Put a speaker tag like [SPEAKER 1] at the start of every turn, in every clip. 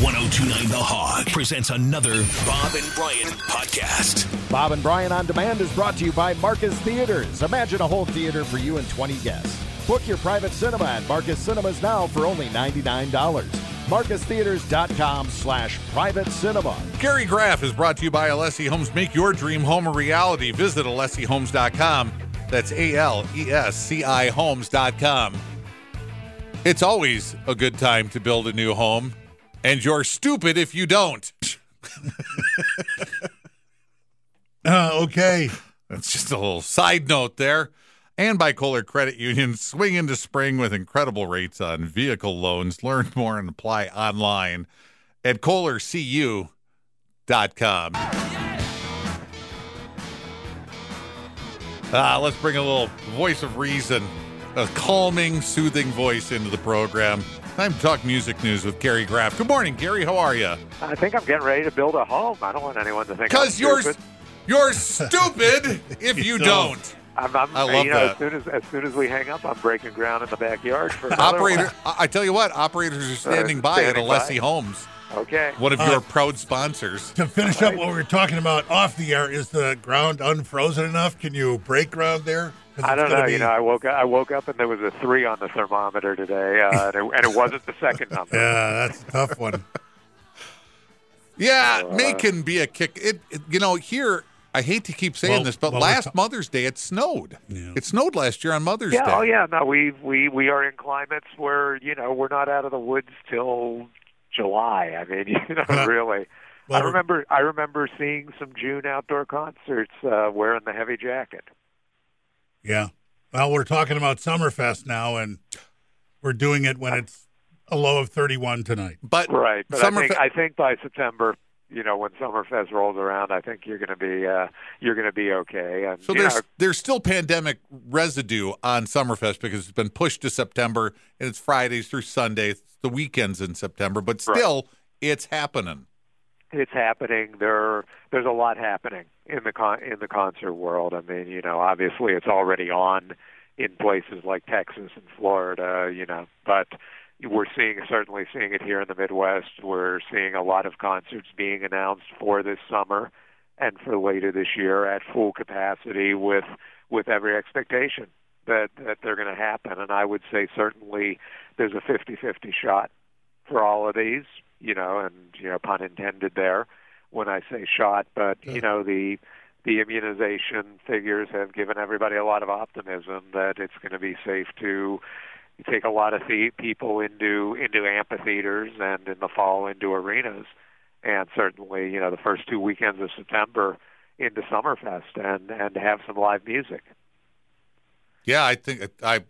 [SPEAKER 1] 1029 The Hog presents another Bob and Brian podcast.
[SPEAKER 2] Bob and Brian on Demand is brought to you by Marcus Theaters. Imagine a whole theater for you and 20 guests. Book your private cinema at Marcus Cinemas now for only $99. MarcusTheaters.com slash private cinema.
[SPEAKER 3] Gary Graff is brought to you by Alessi Homes. Make your dream home a reality. Visit AlessiHomes.com. That's A L E S C I Homes.com. It's always a good time to build a new home, and you're stupid if you don't.
[SPEAKER 4] Uh, okay.
[SPEAKER 3] That's just a little side note there. And by Kohler Credit Union, swing into spring with incredible rates on vehicle loans. Learn more and apply online at KohlerCU.com. Uh, let's bring a little voice of reason, a calming, soothing voice into the program. Time to talk music news with Gary Graff. Good morning, Gary. How are you?
[SPEAKER 5] I think I'm getting ready to build a home. I don't want anyone to think
[SPEAKER 3] Because
[SPEAKER 5] I'm
[SPEAKER 3] you're
[SPEAKER 5] stupid.
[SPEAKER 3] you're stupid if you
[SPEAKER 4] don't.
[SPEAKER 3] don't.
[SPEAKER 5] I'm, I'm,
[SPEAKER 3] I love
[SPEAKER 5] you know,
[SPEAKER 3] that.
[SPEAKER 5] As soon as as soon as we hang up, I'm breaking ground in the backyard for another
[SPEAKER 3] Operator, I I tell you what, operators are standing by at
[SPEAKER 5] standing
[SPEAKER 3] Alessi
[SPEAKER 5] by.
[SPEAKER 3] Homes,
[SPEAKER 5] One. Okay.
[SPEAKER 3] one of
[SPEAKER 4] Uh,
[SPEAKER 3] your proud sponsors.
[SPEAKER 4] To finish up what we were talking about off the air, is the ground unfrozen enough? Can you break ground there? 'Cause
[SPEAKER 5] I
[SPEAKER 4] it's
[SPEAKER 5] don't
[SPEAKER 4] gonna
[SPEAKER 5] know.
[SPEAKER 4] be-
[SPEAKER 5] You know, I woke up. I woke up and there was a three on the thermometer today, uh, and, it, and it wasn't the second number.
[SPEAKER 4] Yeah, that's a tough one.
[SPEAKER 3] Yeah, May
[SPEAKER 5] uh,
[SPEAKER 3] can be a kick. It, it- you know, here I hate to keep saying
[SPEAKER 4] Well,
[SPEAKER 3] this, but
[SPEAKER 4] well, we're
[SPEAKER 3] last
[SPEAKER 4] ta-
[SPEAKER 3] Mother's Day it snowed.
[SPEAKER 4] Yeah.
[SPEAKER 3] It snowed last year on Mother's
[SPEAKER 5] Yeah.
[SPEAKER 3] Day.
[SPEAKER 5] Oh, yeah. No, we we we are in climates where you know we're not out of the woods till July. I mean, you know,
[SPEAKER 4] Uh,
[SPEAKER 5] really.
[SPEAKER 4] well,
[SPEAKER 5] I remember. I remember seeing some June outdoor concerts uh, wearing the heavy jacket.
[SPEAKER 4] Yeah. Well, we're talking about Summerfest now, and we're doing it when it's a low of 31 tonight.
[SPEAKER 3] But
[SPEAKER 5] Right, but
[SPEAKER 3] Summer
[SPEAKER 5] I think
[SPEAKER 3] Fe-
[SPEAKER 5] I think by September, you know, when Summerfest rolls around, I think you're going to be uh, you're going to be okay. And
[SPEAKER 3] so
[SPEAKER 5] you
[SPEAKER 3] there's
[SPEAKER 5] know,
[SPEAKER 3] there's still pandemic residue on Summerfest because it's been pushed to September and it's Fridays through Sunday, it's the weekends in September, but
[SPEAKER 5] Right.
[SPEAKER 3] still it's happening.
[SPEAKER 5] it's happening. There there's a lot happening in the con- in the concert world. I mean, you know, obviously it's already on in places like Texas and Florida, you know, but we're seeing certainly seeing it here in the Midwest. We're seeing a lot of concerts being announced for this summer and for later this year at full capacity with with every expectation that that they're going to happen and I would say certainly there's a 50-50 shot for all of these, you know, and you know pun intended there when I say shot, but you know the the immunization figures have given everybody a lot of optimism that it's going to be safe to take a lot of the people into into amphitheaters and in the fall into arenas, and certainly you know the first two weekends of September into Summerfest and and have some live music.
[SPEAKER 3] Yeah, I think I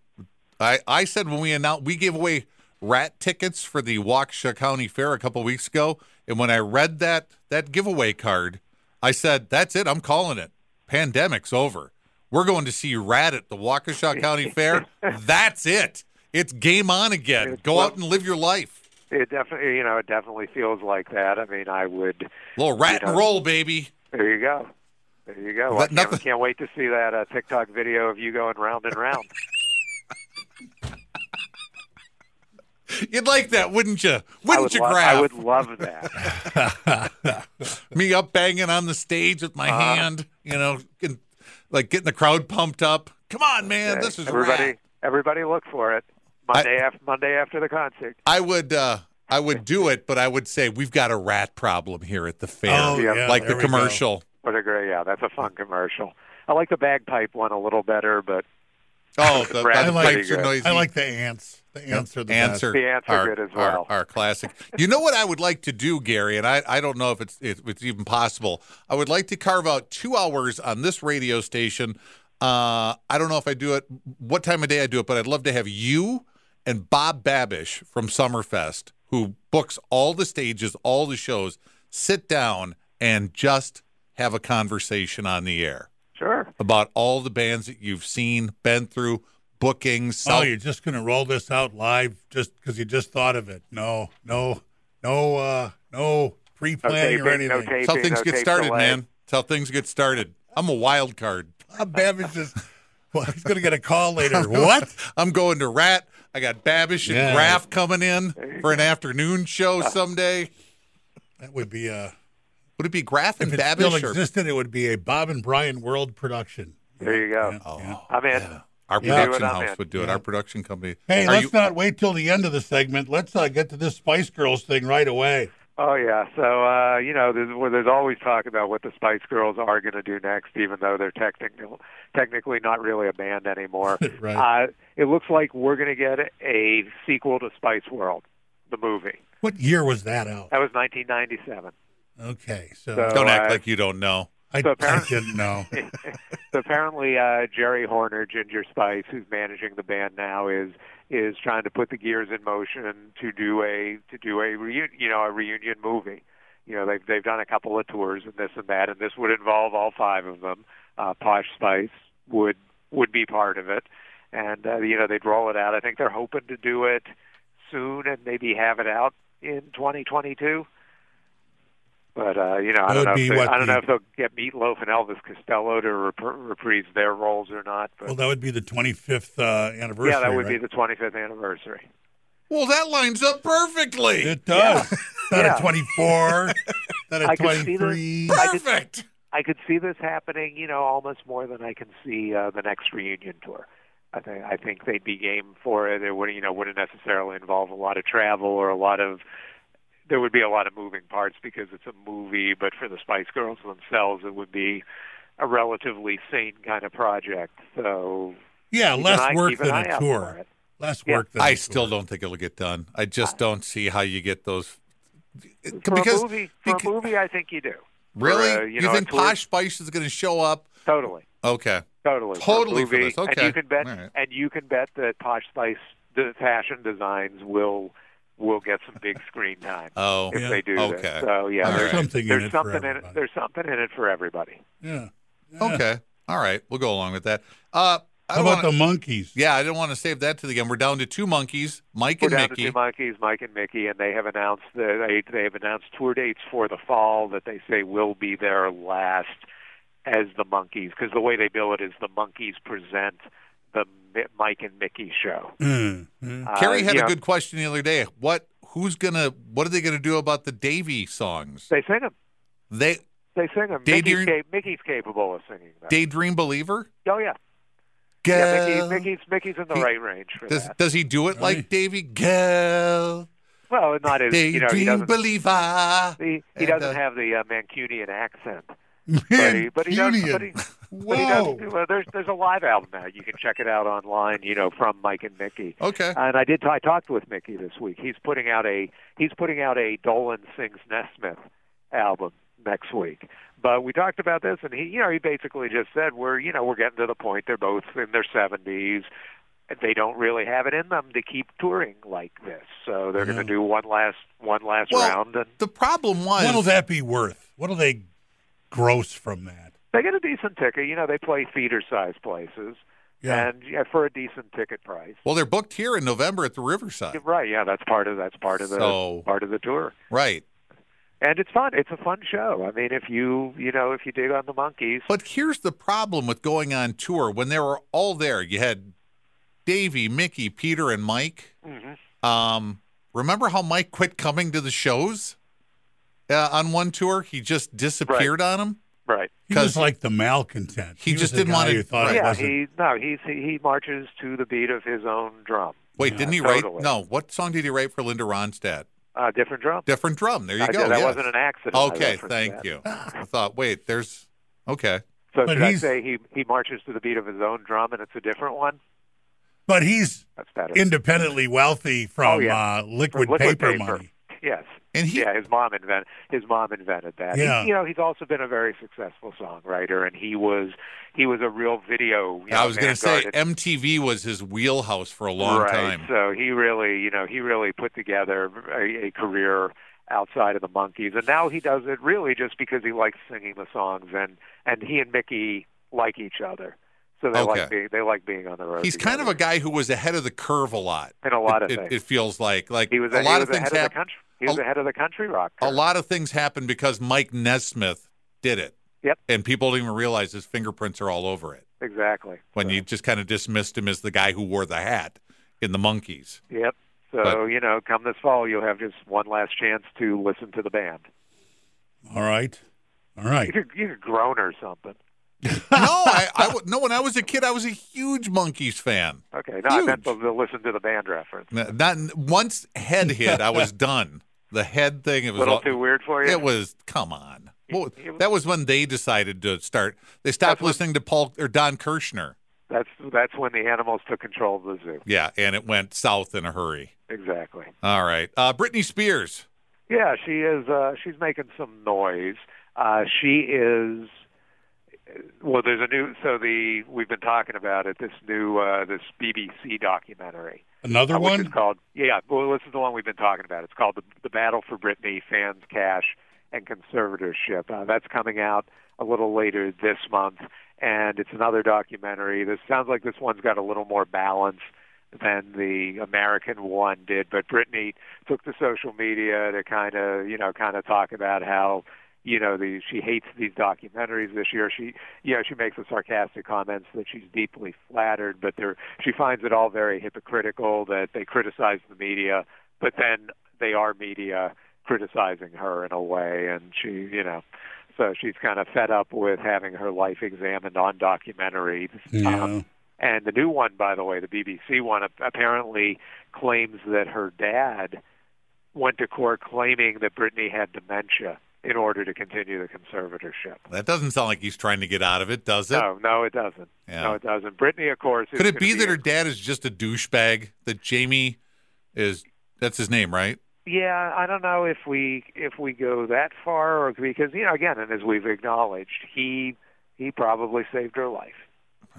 [SPEAKER 3] I I said when we announced we gave away rat tickets for the Waukesha County Fair a couple weeks ago, and when I read that that giveaway card, I said that's it. I'm calling it. Pandemic's over. We're going to see rat at the Waukesha County Fair. That's it. It's game on again.
[SPEAKER 5] It's
[SPEAKER 3] Go
[SPEAKER 5] well-
[SPEAKER 3] out and live your life.
[SPEAKER 5] It definitely you know it definitely feels like that. I mean, I would.
[SPEAKER 3] Little rat and
[SPEAKER 5] know-
[SPEAKER 3] roll, baby.
[SPEAKER 5] There you go. There you go. I
[SPEAKER 3] But
[SPEAKER 5] can't,
[SPEAKER 3] nothing-
[SPEAKER 5] can't wait to see that uh, TikTok video of you going round and round.
[SPEAKER 3] You'd like that, wouldn't you?
[SPEAKER 5] I
[SPEAKER 3] Wouldn't
[SPEAKER 5] would
[SPEAKER 3] you,
[SPEAKER 5] lo-
[SPEAKER 3] Grab
[SPEAKER 5] I would love that.
[SPEAKER 3] me up banging on the stage with my
[SPEAKER 5] Uh-huh.
[SPEAKER 3] hand, you know, and, like getting the crowd pumped up. Come on, man, this is
[SPEAKER 5] everybody.
[SPEAKER 3] rad.
[SPEAKER 5] Everybody, look for it Monday after Monday after the concert.
[SPEAKER 3] I would, uh, I would do it, but I would say we've got a rat problem here at the fair,
[SPEAKER 4] Oh,
[SPEAKER 5] Yeah.
[SPEAKER 4] yeah,
[SPEAKER 3] like
[SPEAKER 4] there
[SPEAKER 3] the
[SPEAKER 4] we go.
[SPEAKER 3] commercial.
[SPEAKER 5] What a great yeah! That's a fun commercial. I like the bagpipe one a little better, but
[SPEAKER 3] Oh, the,
[SPEAKER 5] Rat's
[SPEAKER 3] the
[SPEAKER 5] pretty
[SPEAKER 3] pipes are
[SPEAKER 5] good.
[SPEAKER 3] noisy.
[SPEAKER 4] I like the ants. The ants are the best.
[SPEAKER 3] answer.
[SPEAKER 5] The ants are
[SPEAKER 3] our,
[SPEAKER 5] good as
[SPEAKER 3] our-
[SPEAKER 5] well.
[SPEAKER 3] Our, classic. You know what I would like to do, Gary, and I, I don't know if it's if it's even possible. I would like to carve out two hours on this radio station. Uh, I don't know if I do it, what time of day I do it, but I'd love to have you and Bob Babish from Summerfest, who books all the stages, all the shows, sit down and just have a conversation on the air
[SPEAKER 5] sure.
[SPEAKER 3] about all the bands that you've seen, been through, bookings,
[SPEAKER 4] Oh,
[SPEAKER 3] South
[SPEAKER 4] you're just going to roll this out live just because you just thought of it. No, no, no, uh, no pre
[SPEAKER 5] No
[SPEAKER 4] planning or
[SPEAKER 5] taping,
[SPEAKER 4] anything.
[SPEAKER 5] no taping,
[SPEAKER 3] It's how things
[SPEAKER 5] no
[SPEAKER 3] get
[SPEAKER 5] tape
[SPEAKER 3] started,
[SPEAKER 5] delay.
[SPEAKER 3] man. It's how things get started. I'm a wild card.
[SPEAKER 4] Bob Babbage is. Well, he's going to get a call later. what?
[SPEAKER 3] I'm going to Rat. I got Babish and
[SPEAKER 4] Yeah.
[SPEAKER 3] Graff coming in for an afternoon show someday.
[SPEAKER 4] That would be a
[SPEAKER 3] Would it be Graff and
[SPEAKER 4] if it still
[SPEAKER 3] Babish or
[SPEAKER 4] existed, it would be a Bob and Brian World production.
[SPEAKER 5] There you go.
[SPEAKER 4] Yeah, yeah.
[SPEAKER 3] Oh.
[SPEAKER 5] I'm in.
[SPEAKER 3] our
[SPEAKER 5] You do
[SPEAKER 3] production
[SPEAKER 5] it, I'm
[SPEAKER 3] house
[SPEAKER 5] in.
[SPEAKER 3] would do it? Our production company.
[SPEAKER 4] Hey,
[SPEAKER 3] Are
[SPEAKER 4] let's
[SPEAKER 3] you-
[SPEAKER 4] not wait till the end of the segment. Let's uh, get to this Spice Girls thing right away.
[SPEAKER 5] Oh yeah, so uh, you know, there's, well, there's always talk about what the Spice Girls are going to do next, even though they're technical, technically not really a band anymore.
[SPEAKER 4] Right.
[SPEAKER 5] uh, it looks like we're going to get a sequel to Spice World, the movie.
[SPEAKER 4] What year was that out?
[SPEAKER 5] That was 1997.
[SPEAKER 4] Okay, so,
[SPEAKER 5] So-
[SPEAKER 3] Don't act
[SPEAKER 5] uh,
[SPEAKER 3] like you don't know.
[SPEAKER 4] I,
[SPEAKER 5] so
[SPEAKER 4] I
[SPEAKER 5] apparently-
[SPEAKER 4] didn't know.
[SPEAKER 5] so apparently, uh, Jerry Horner, Ginger Spice, who's managing the band now, is is trying to put the gears in motion to do a to do a reu- you know a reunion movie. You know, they've they've done a couple of tours and this and that, and this would involve all five of them. Uh, Posh Spice would would be part of it, and uh, you know they'd roll it out. I think they're hoping to do it soon and maybe have it out in 2022. But uh, you know, I don't
[SPEAKER 4] That
[SPEAKER 5] know.
[SPEAKER 4] would
[SPEAKER 5] If
[SPEAKER 4] be
[SPEAKER 5] they-
[SPEAKER 4] what
[SPEAKER 5] I don't
[SPEAKER 4] the-
[SPEAKER 5] know if they'll get Meatloaf and Elvis Costello to rep- reprise their roles or not. But
[SPEAKER 4] Well, that would be the 25th uh, anniversary.
[SPEAKER 5] yeah, that would
[SPEAKER 4] right?
[SPEAKER 5] be the 25th anniversary.
[SPEAKER 3] Well, that lines up perfectly.
[SPEAKER 4] It does. Not
[SPEAKER 5] Yeah.
[SPEAKER 4] a 24, not a
[SPEAKER 5] I could see the-
[SPEAKER 4] 23.
[SPEAKER 5] I could-
[SPEAKER 3] Perfect.
[SPEAKER 5] I could see this happening, you know, almost more than I can see uh, the next reunion tour. I think I think they'd be game for it. It would, you know, wouldn't necessarily involve a lot of travel or a lot of. There would be a lot of moving parts because it's a movie, but for the Spice Girls themselves, it would be a relatively sane kind of project. So
[SPEAKER 4] Yeah,
[SPEAKER 5] keep an
[SPEAKER 4] less
[SPEAKER 5] eye-
[SPEAKER 4] work
[SPEAKER 5] keep an
[SPEAKER 4] than
[SPEAKER 5] eye
[SPEAKER 4] a
[SPEAKER 5] out for
[SPEAKER 4] tour.
[SPEAKER 5] it.
[SPEAKER 4] Less
[SPEAKER 5] Yeah.
[SPEAKER 4] work than
[SPEAKER 3] I
[SPEAKER 4] a
[SPEAKER 3] still
[SPEAKER 4] tour.
[SPEAKER 3] don't think it'll get done. I just don't see how you get those.
[SPEAKER 5] For
[SPEAKER 3] because
[SPEAKER 5] a Uh, movie, for
[SPEAKER 3] beca-
[SPEAKER 5] a movie, I think you do. For,
[SPEAKER 3] really,
[SPEAKER 5] uh,
[SPEAKER 3] you,
[SPEAKER 5] know, a
[SPEAKER 3] think
[SPEAKER 5] tour-
[SPEAKER 3] Posh Spice is going to show up?
[SPEAKER 5] Totally.
[SPEAKER 3] Okay,
[SPEAKER 5] Totally.
[SPEAKER 3] Totally
[SPEAKER 5] for
[SPEAKER 3] for
[SPEAKER 5] movie.
[SPEAKER 3] this. Okay.
[SPEAKER 5] And you can bet
[SPEAKER 3] All right.
[SPEAKER 5] and you can bet that Posh Spice the fashion designs will will get some big screen time
[SPEAKER 3] Oh,
[SPEAKER 5] if
[SPEAKER 4] yeah.
[SPEAKER 5] they do this.
[SPEAKER 3] Okay.
[SPEAKER 5] So yeah,
[SPEAKER 3] All
[SPEAKER 5] there's,
[SPEAKER 4] There's
[SPEAKER 3] right.
[SPEAKER 4] something in
[SPEAKER 5] there's
[SPEAKER 4] it for
[SPEAKER 5] something in it
[SPEAKER 4] everybody.
[SPEAKER 5] there's something in it for everybody.
[SPEAKER 4] Yeah. Yeah.
[SPEAKER 3] okay, all right. We'll go along with that. Uh, I
[SPEAKER 4] How
[SPEAKER 3] wanna-
[SPEAKER 4] about the monkeys?
[SPEAKER 3] Yeah, I didn't want to save that to the end. We're down to two monkeys, Mike
[SPEAKER 5] We're
[SPEAKER 3] and
[SPEAKER 5] down to
[SPEAKER 3] Mickey.
[SPEAKER 5] two monkeys, Mike and Mickey, and they have announced the, they they have announced tour dates for the fall that they say will be their last as the monkeys because the way they bill it is the monkeys present the Mi- Mike and Mickey show.
[SPEAKER 4] Mm, mm.
[SPEAKER 5] Uh,
[SPEAKER 3] Mm-hmm. Carrie had
[SPEAKER 5] you
[SPEAKER 3] a
[SPEAKER 5] know,
[SPEAKER 3] good question the other day. What? Who's gonna? What are they gonna do about the Davy songs?
[SPEAKER 5] They sing 'em.
[SPEAKER 3] They
[SPEAKER 5] They sing them.
[SPEAKER 3] Day
[SPEAKER 5] Mickey's,
[SPEAKER 3] Dream-
[SPEAKER 5] cap- Mickey's capable of singing them.
[SPEAKER 3] daydream believer.
[SPEAKER 5] oh yeah, yeah.
[SPEAKER 3] Girl.
[SPEAKER 5] Mickey, Mickey's Mickey's in the
[SPEAKER 3] uh, He-
[SPEAKER 5] right range for
[SPEAKER 3] does
[SPEAKER 5] that.
[SPEAKER 3] does he do it like Davy? Girl,
[SPEAKER 5] Well, not as you know, he
[SPEAKER 3] daydream
[SPEAKER 5] doesn't.
[SPEAKER 3] believer.
[SPEAKER 5] He, he
[SPEAKER 3] And,
[SPEAKER 5] doesn't
[SPEAKER 3] uh,
[SPEAKER 5] have the uh, Mancunian accent, but he,
[SPEAKER 4] Man,
[SPEAKER 5] but he does.
[SPEAKER 4] Union.
[SPEAKER 5] But he, but he does.
[SPEAKER 4] Whoa.
[SPEAKER 5] do- Well, there's there's a live album now. You can check it out online. You know, from Mike and Mickey.
[SPEAKER 3] Okay.
[SPEAKER 5] And I did. I talked with Mickey this week. He's putting out a he's putting out a Dolan sings Nesmith album next week. But we talked about this, and he you know he basically just said we're you know we're getting to the point. They're both in their seventies. They don't really have it in them to keep touring like this, so they're
[SPEAKER 4] Yeah.
[SPEAKER 5] going to do one last one last
[SPEAKER 3] Well,
[SPEAKER 5] round, and
[SPEAKER 3] The problem was
[SPEAKER 4] What'll that be worth? What'll they gross from that?
[SPEAKER 5] they get a decent ticket. You know they play theater size places,
[SPEAKER 4] Yeah.
[SPEAKER 5] and yeah, for a decent ticket price.
[SPEAKER 3] Well, they're booked here in November at the Riverside.
[SPEAKER 5] Right, yeah, that's part of that's part of the
[SPEAKER 3] So-
[SPEAKER 5] part of the tour.
[SPEAKER 3] Right.
[SPEAKER 5] and it's fun. It's a fun show. I mean, if you you know if you dig on the monkeys,
[SPEAKER 3] But here's the problem with going on tour when they were all there. You had Davy, Mickey, Peter, and Mike.
[SPEAKER 5] Mhm.
[SPEAKER 3] Um, remember how Mike quit coming to the shows uh, on one tour? He just disappeared on him.
[SPEAKER 5] right?
[SPEAKER 4] He was
[SPEAKER 3] 'cause-
[SPEAKER 4] like the malcontent.
[SPEAKER 3] He
[SPEAKER 4] was
[SPEAKER 3] just
[SPEAKER 4] the
[SPEAKER 3] didn't
[SPEAKER 4] guy
[SPEAKER 3] wanna-
[SPEAKER 4] who thought it
[SPEAKER 5] yeah,
[SPEAKER 4] wasn't.
[SPEAKER 5] he no, he's he, he marches to the beat of his own drum,
[SPEAKER 3] Wait,
[SPEAKER 4] Yeah,
[SPEAKER 3] didn't he
[SPEAKER 5] totally.
[SPEAKER 3] write? No, what song did he write for Linda Ronstadt?
[SPEAKER 5] uh, different drum.
[SPEAKER 3] Different drum. There you
[SPEAKER 5] I-
[SPEAKER 3] go.
[SPEAKER 5] that
[SPEAKER 3] yes.
[SPEAKER 5] wasn't an accident. I
[SPEAKER 3] Okay,
[SPEAKER 5] referenced
[SPEAKER 3] thank
[SPEAKER 5] that.
[SPEAKER 3] you. I thought, wait, there's okay.
[SPEAKER 5] So
[SPEAKER 4] But
[SPEAKER 5] should I
[SPEAKER 4] he's-
[SPEAKER 5] say he he marches to the beat of his own drum, and it's a different one?
[SPEAKER 4] but he's
[SPEAKER 5] That's better.
[SPEAKER 4] independently wealthy from
[SPEAKER 5] Oh, yeah.
[SPEAKER 4] uh, liquid,
[SPEAKER 5] Liquid
[SPEAKER 4] paper,
[SPEAKER 5] paper.
[SPEAKER 4] money.
[SPEAKER 5] yes.
[SPEAKER 3] And he
[SPEAKER 5] yeah, his mom invent his mom invented that.
[SPEAKER 4] Yeah.
[SPEAKER 5] He, you know, he's also been a very successful songwriter, and he was he was a real video. You know,
[SPEAKER 3] I was going to say
[SPEAKER 5] vanguard.
[SPEAKER 3] MTV was his wheelhouse for a long
[SPEAKER 5] right.
[SPEAKER 3] time.
[SPEAKER 5] So he really, you know, he really put together a, a career outside of the monkeys, and now he does it really just because he likes singing the songs, and and he and Mickey like each other, so they
[SPEAKER 3] Okay.
[SPEAKER 5] like being they like being on the road.
[SPEAKER 3] He's kind of a
[SPEAKER 5] together
[SPEAKER 3] guy who was ahead of the curve a lot.
[SPEAKER 5] in a lot of
[SPEAKER 3] it,
[SPEAKER 5] things.
[SPEAKER 3] It, it feels like like
[SPEAKER 5] he was
[SPEAKER 3] a
[SPEAKER 5] he
[SPEAKER 3] lot
[SPEAKER 5] was
[SPEAKER 3] of things
[SPEAKER 5] ahead of the
[SPEAKER 3] happen.
[SPEAKER 5] country. He was
[SPEAKER 3] a-
[SPEAKER 5] ahead of the country rock.
[SPEAKER 3] A
[SPEAKER 5] curve.
[SPEAKER 3] lot of things happen because Mike Nesmith did it.
[SPEAKER 5] Yep.
[SPEAKER 3] And people don't even realize his fingerprints are all over it
[SPEAKER 5] exactly.
[SPEAKER 3] when you just kind of dismissed him as the guy who wore the hat in the Monkeys.
[SPEAKER 5] Yep. So
[SPEAKER 3] But-
[SPEAKER 5] you know, come this fall, you'll have just one last chance to listen to the band.
[SPEAKER 4] All right. All right.
[SPEAKER 5] You could, you could groan or something.
[SPEAKER 3] no, I, I w- no. When I was a kid, I was a huge Monkeys fan.
[SPEAKER 5] Okay, no, I meant to, to listen to the band reference.
[SPEAKER 3] N- Not once head hit, I was done. The head thing, it
[SPEAKER 5] A
[SPEAKER 3] was
[SPEAKER 5] little
[SPEAKER 3] all-
[SPEAKER 5] too weird for you.
[SPEAKER 3] It was come on. Well,
[SPEAKER 5] It- it-
[SPEAKER 3] that was when they decided to start. They stopped
[SPEAKER 5] That's when-
[SPEAKER 3] listening to Paul or Don Kirshner.
[SPEAKER 5] That's that's when the animals took control of the zoo.
[SPEAKER 3] Yeah, and it went south in a hurry.
[SPEAKER 5] Exactly.
[SPEAKER 3] All right, uh, Britney Spears.
[SPEAKER 5] Yeah, she is. Uh, she's making some noise. Uh, she is. Well, there's a new. So the we've been talking about it. This new uh, this BBC documentary,
[SPEAKER 4] Another
[SPEAKER 5] uh, which
[SPEAKER 4] one?
[SPEAKER 5] is called yeah. Well, this is the one we've been talking about. It's called the, the Battle for Brittany: Fans, Cash, and Conservatorship. Uh, that's coming out a little later this month, and it's another documentary. This sounds like this one's got a little more balance than the American one did, but Brittany took to social media to kind of you know kind of talk about how you know the she hates these documentaries this year she you know she makes the sarcastic comments that she's deeply flattered but they're she finds it all very hypocritical that they criticize the media but then they are media criticizing her in a way and she you know so she's kind of fed up with having her life examined on Um, documentary uh,
[SPEAKER 4] Yeah.
[SPEAKER 5] and the new one, by the way, the BBC one, ap- apparently claims that her dad went to court claiming that Britney had dementia in order to continue the conservatorship.
[SPEAKER 3] That doesn't sound like he's trying to get out of it, does it?
[SPEAKER 5] No, no, it doesn't.
[SPEAKER 3] Yeah.
[SPEAKER 5] No, it doesn't. Britney, of course. is
[SPEAKER 3] Could it
[SPEAKER 5] gonna
[SPEAKER 3] be that
[SPEAKER 5] a-
[SPEAKER 3] her dad is just a douchebag? That Jamie is that's his name, right?
[SPEAKER 5] Yeah, I don't know if we if we go that far, or because you know, again, and as we've acknowledged, he he probably saved her life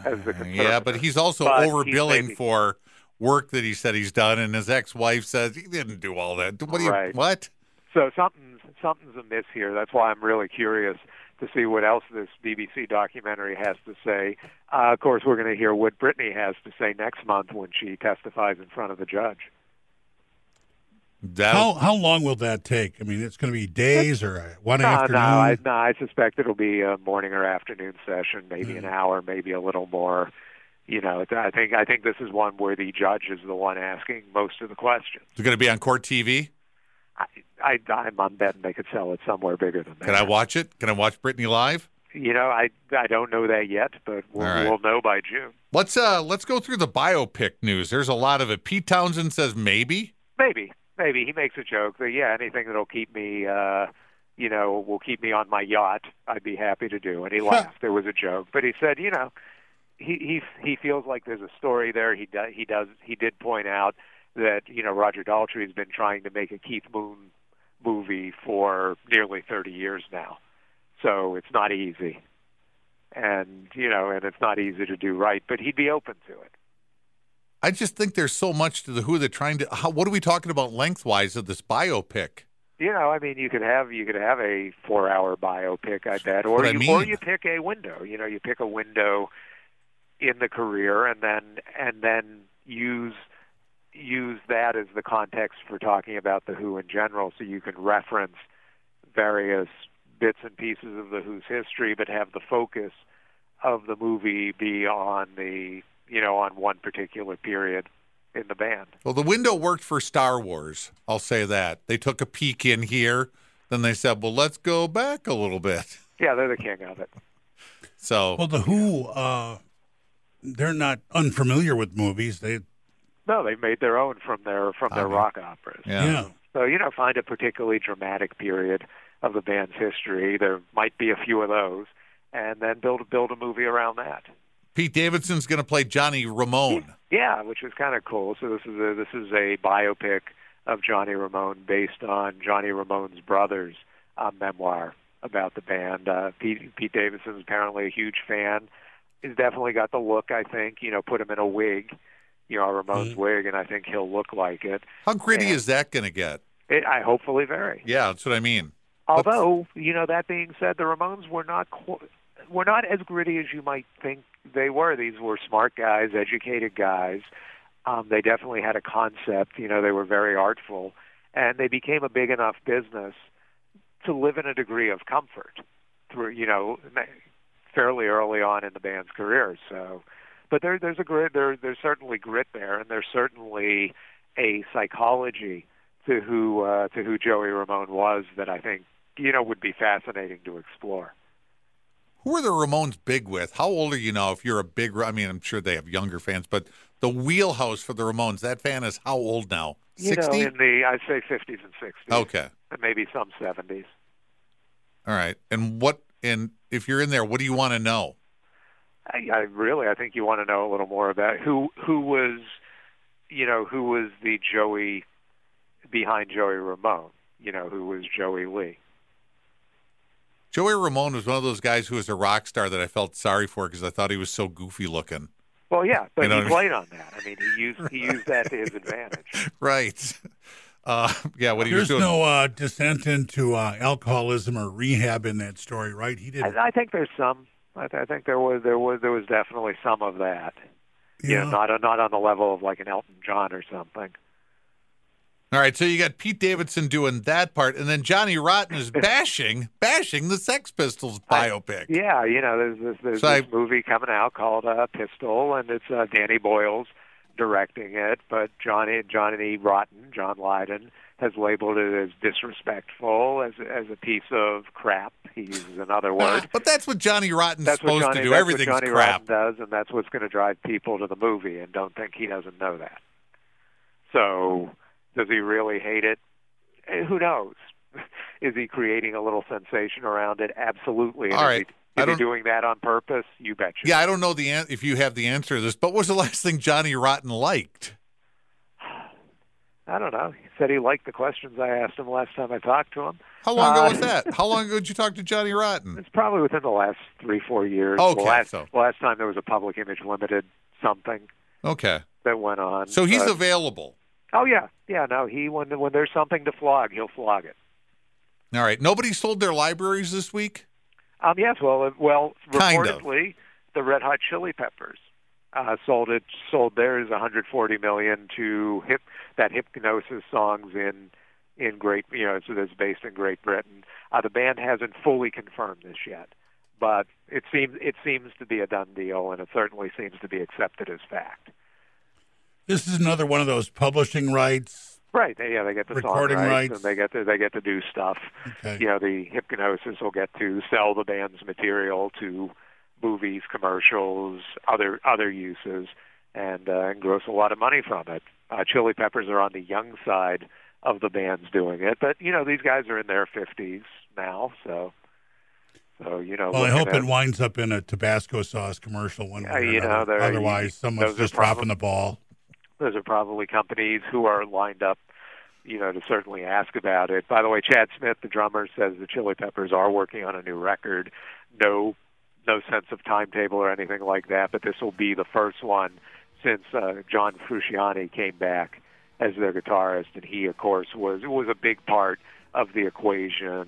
[SPEAKER 5] as the conservator.
[SPEAKER 3] Yeah, but he's also
[SPEAKER 5] But he's
[SPEAKER 3] overbilling
[SPEAKER 5] maybe-
[SPEAKER 3] for work that he said he's done, and his ex-wife says he didn't do all that. What do you?
[SPEAKER 5] Right.
[SPEAKER 3] What?
[SPEAKER 5] So something's something's amiss here. That's why I'm really curious to see what else this BBC documentary has to say. Uh, of course, we're going to hear what Brittany has to say next month when she testifies in front of the judge.
[SPEAKER 3] That'll-
[SPEAKER 4] How, how long will that take? I mean, it's going to be days or uh, one
[SPEAKER 5] No,
[SPEAKER 4] afternoon?
[SPEAKER 5] no, I, no, I suspect it'll be a morning or afternoon session, maybe
[SPEAKER 3] Mm.
[SPEAKER 5] an hour, maybe a little more. You know, it's- I think I think this is one where the judge is the one asking most of the questions.
[SPEAKER 3] It's going to be on Court TV.
[SPEAKER 5] I, I, I'm, I'm betting they could sell it somewhere bigger than that.
[SPEAKER 3] Can I watch it? Can I watch Brittany live?
[SPEAKER 5] You know, I I don't know that yet, but we'll,
[SPEAKER 3] All right.
[SPEAKER 5] we'll know by June.
[SPEAKER 3] Let's uh let's go through the biopic news. There's a lot of it. Pete Townsend says maybe.
[SPEAKER 5] Maybe, maybe he makes a joke that yeah, anything that'll keep me, uh, you know, will keep me on my yacht, I'd be happy to do. And he laughed. It was a joke, but he said, you know, he he he feels like there's a story there. He does he does he did point out that you know Roger Daltrey has been trying to make a Keith Moon movie for nearly 30 years now, so it's not easy. And you know, and it's not easy to do right, but he'd be open to it.
[SPEAKER 3] I just think there's so much to the who they're trying to. How, what are we talking about lengthwise of this biopic?
[SPEAKER 5] You know, I mean, you could have you could have a four-hour biopic, I bet, or
[SPEAKER 3] what I
[SPEAKER 5] you or
[SPEAKER 3] mean.
[SPEAKER 5] you pick a window. You know, you pick a window in the career, and then and then use use that as the context for talking about the Who in general, so you can reference various bits and pieces of the Who's history, but have the focus of the movie be on the you know on one particular period in the band.
[SPEAKER 3] Well, the window worked for Star Wars. I'll say that they took a peek in here, then they said, "Well, let's go back a little bit."
[SPEAKER 5] Yeah, they're the king of it.
[SPEAKER 3] So
[SPEAKER 4] Well, the Who, uh, they're not unfamiliar with movies. They,
[SPEAKER 5] No, they made their own from their from their rock operas.
[SPEAKER 3] yeah.
[SPEAKER 4] yeah.
[SPEAKER 5] So you know, find a particularly dramatic period of the band's history. There might be a few of those, and then build build a movie around that.
[SPEAKER 3] Pete Davidson's going to play Johnny Ramone.
[SPEAKER 5] Yeah, which is kind of cool. So this is a, this is a biopic of Johnny Ramone based on Johnny Ramone's brother's uh, memoir about the band. Uh, Pete, Pete Davidson's apparently a huge fan. He's definitely got the look. I think you know, put him in a wig, you know, Ramone's wig, and I think he'll look like it.
[SPEAKER 3] How gritty
[SPEAKER 5] Yeah.
[SPEAKER 3] is that going to get?
[SPEAKER 5] It I hopefully very.
[SPEAKER 3] Yeah, that's what I mean.
[SPEAKER 5] Although, you know, that being said, the Ramones were not qu- were not as gritty as you might think they were. These were smart guys, educated guys. Um, they definitely had a concept. You know, they were very artful, and they became a big enough business to live in a degree of comfort through, you know, fairly early on in the band's career. So, but there, there's a grit. There, there's certainly grit there, and there's certainly a psychology to who uh, to who Joey Ramone was that I think you know would be fascinating to explore.
[SPEAKER 3] Who were the Ramones big with? How old are you now? If you're a big, I mean, I'm sure they have younger fans, but the wheelhouse for the Ramones, that fan is how old now?
[SPEAKER 5] You
[SPEAKER 3] 60?
[SPEAKER 5] know, in the I'd say 50s and 60s.
[SPEAKER 3] okay.
[SPEAKER 5] and maybe some 70s.
[SPEAKER 3] All right. And what, and if you're in there, what do you want to know?
[SPEAKER 5] I, I really, I think you want to know a little more about who who was, you know, who was the Joey behind Joey Ramone. You know, who was Joey Lee.
[SPEAKER 3] Joey Ramone was one of those guys who was a rock star that I felt sorry for because I thought he was so goofy looking.
[SPEAKER 5] Well, yeah, but
[SPEAKER 3] You know what I
[SPEAKER 5] he
[SPEAKER 3] mean?
[SPEAKER 5] played on that. I mean, he used he used that to his advantage.
[SPEAKER 3] Right. Uh, yeah, what he was
[SPEAKER 4] There's
[SPEAKER 3] doing.
[SPEAKER 4] no uh, descent into uh, alcoholism or rehab in that story, right? He didn't.
[SPEAKER 5] I, I think there's some. I, th- I think there was there was there was definitely some of that. You know, not not on the level of like an Elton John or something.
[SPEAKER 3] All right, so you got Pete Davidson doing that part, and then Johnny Rotten is bashing, bashing the Sex Pistols biopic.
[SPEAKER 5] Yeah, you know, there's this, there's
[SPEAKER 3] So
[SPEAKER 5] this movie coming out called uh, Pistol, and it's uh, Danny Boyle's directing it, but Johnny Johnny E. Rotten, John Lydon, has labeled it as disrespectful, as as a piece of crap. He uses another word.
[SPEAKER 3] But that's what Johnny Rotten's
[SPEAKER 5] That's what
[SPEAKER 3] supposed
[SPEAKER 5] Johnny,
[SPEAKER 3] to do.
[SPEAKER 5] that's
[SPEAKER 3] Everything's
[SPEAKER 5] what Johnny
[SPEAKER 3] crap.
[SPEAKER 5] Rotten does, and that's what's going to drive people to the movie. And don't think he doesn't know that. So, does he really hate it? Eh, Who knows? Is he creating a little sensation around it? Absolutely. And
[SPEAKER 3] All
[SPEAKER 5] is
[SPEAKER 3] right. I
[SPEAKER 5] He, is he
[SPEAKER 3] don't-
[SPEAKER 5] doing that on purpose? You betcha.
[SPEAKER 3] Yeah, I don't know the an- if you have the answer to this, but what was the last thing Johnny Rotten liked?
[SPEAKER 5] I don't know. He said he liked the questions I asked him last time I talked to him.
[SPEAKER 3] How long ago
[SPEAKER 5] Uh,
[SPEAKER 3] was that? How long ago did you talk to Johnny Rotten?
[SPEAKER 5] It's probably within the last three, four years.
[SPEAKER 3] Okay,
[SPEAKER 5] the last,
[SPEAKER 3] so-
[SPEAKER 5] the last time there was a public image limited something
[SPEAKER 3] Okay,
[SPEAKER 5] that went on.
[SPEAKER 3] so he's
[SPEAKER 5] but-
[SPEAKER 3] available.
[SPEAKER 5] Oh yeah, yeah. No, he when when there's something to flog, he'll flog it.
[SPEAKER 3] All right, nobody sold their libraries this week.
[SPEAKER 5] Um, yes, well, uh, well,
[SPEAKER 3] Kind of.
[SPEAKER 5] reportedly, the Red Hot Chili Peppers uh, sold it sold theirs 140 million to hip that hypnosis songs in in Great you know so that's based in Great Britain. Uh, the band hasn't fully confirmed this yet, but it seems it seems to be a done deal, and it certainly seems to be accepted as fact.
[SPEAKER 4] This is another one of those publishing rights.
[SPEAKER 5] Right. They, yeah, they get the
[SPEAKER 4] Recording
[SPEAKER 5] song
[SPEAKER 4] rights.
[SPEAKER 5] and they get to they get to do stuff.
[SPEAKER 4] Okay.
[SPEAKER 5] You know, the hypnosis will get to sell the band's material to movies, commercials, other other uses, and uh, and gross a lot of money from it. Uh, Chili Peppers are on the young side of the bands doing it, but you know these guys are in their fifties now, so so you know.
[SPEAKER 4] Well, I
[SPEAKER 5] looking
[SPEAKER 4] hope
[SPEAKER 5] at-
[SPEAKER 4] it winds up in a Tabasco sauce commercial one way
[SPEAKER 5] Yeah,
[SPEAKER 4] or
[SPEAKER 5] you know,
[SPEAKER 4] another.
[SPEAKER 5] there-
[SPEAKER 4] Otherwise, someone's
[SPEAKER 5] those are
[SPEAKER 4] just dropping
[SPEAKER 5] problem-
[SPEAKER 4] the ball.
[SPEAKER 5] those are probably companies who are lined up, you know, to certainly ask about it. By the way, Chad Smith, the drummer, says the Chili Peppers are working on a new record. No, no sense of timetable or anything like that. But this will be the first one since uh, John Frusciante came back as their guitarist, and he, of course, was was a big part of the equation,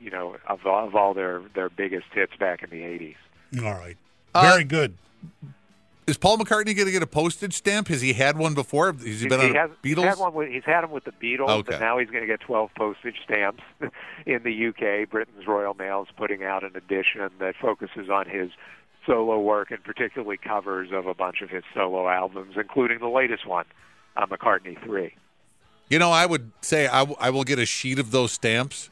[SPEAKER 5] you know, of, of all their their biggest hits back in the '80s.
[SPEAKER 4] Mm, All right.
[SPEAKER 3] Uh,
[SPEAKER 4] Very good.
[SPEAKER 3] Is Paul McCartney going to get a postage stamp? Has he had one before? Has he been
[SPEAKER 5] he
[SPEAKER 3] on
[SPEAKER 5] has,
[SPEAKER 3] Beatles?
[SPEAKER 5] He's had, one with, he's had 'em with the Beatles,
[SPEAKER 3] Okay.
[SPEAKER 5] but now he's going to get 12 postage stamps in the UK. Britain's Royal Mail is putting out an edition that focuses on his solo work and particularly covers of a bunch of his solo albums, including the latest one, uh, McCartney 3.
[SPEAKER 3] You know, I would say I, w- I will get a sheet of those stamps,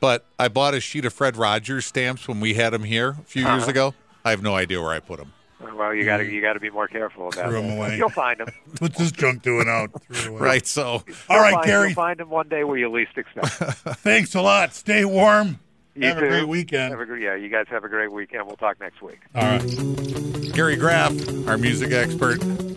[SPEAKER 3] but I bought a sheet of Fred Rogers stamps when we had him here a few
[SPEAKER 5] Uh-huh.
[SPEAKER 3] years ago. I have no idea where I put them.
[SPEAKER 5] Well, you got to you got to be more careful about
[SPEAKER 4] Threw 'em
[SPEAKER 5] that.
[SPEAKER 4] away.
[SPEAKER 5] You'll find them.
[SPEAKER 4] What's this junk doing out? Threw it away.
[SPEAKER 3] Right. So,
[SPEAKER 4] All right,
[SPEAKER 5] find,
[SPEAKER 4] Gary.
[SPEAKER 5] You'll find them one day where you least expect. 'em.
[SPEAKER 4] Thanks a lot. Stay warm.
[SPEAKER 5] You
[SPEAKER 4] Have
[SPEAKER 5] too.
[SPEAKER 4] a great weekend.
[SPEAKER 5] Have a gr- yeah, you guys have a great weekend. We'll talk next week.
[SPEAKER 4] All right.
[SPEAKER 3] Gary Graff, our music expert.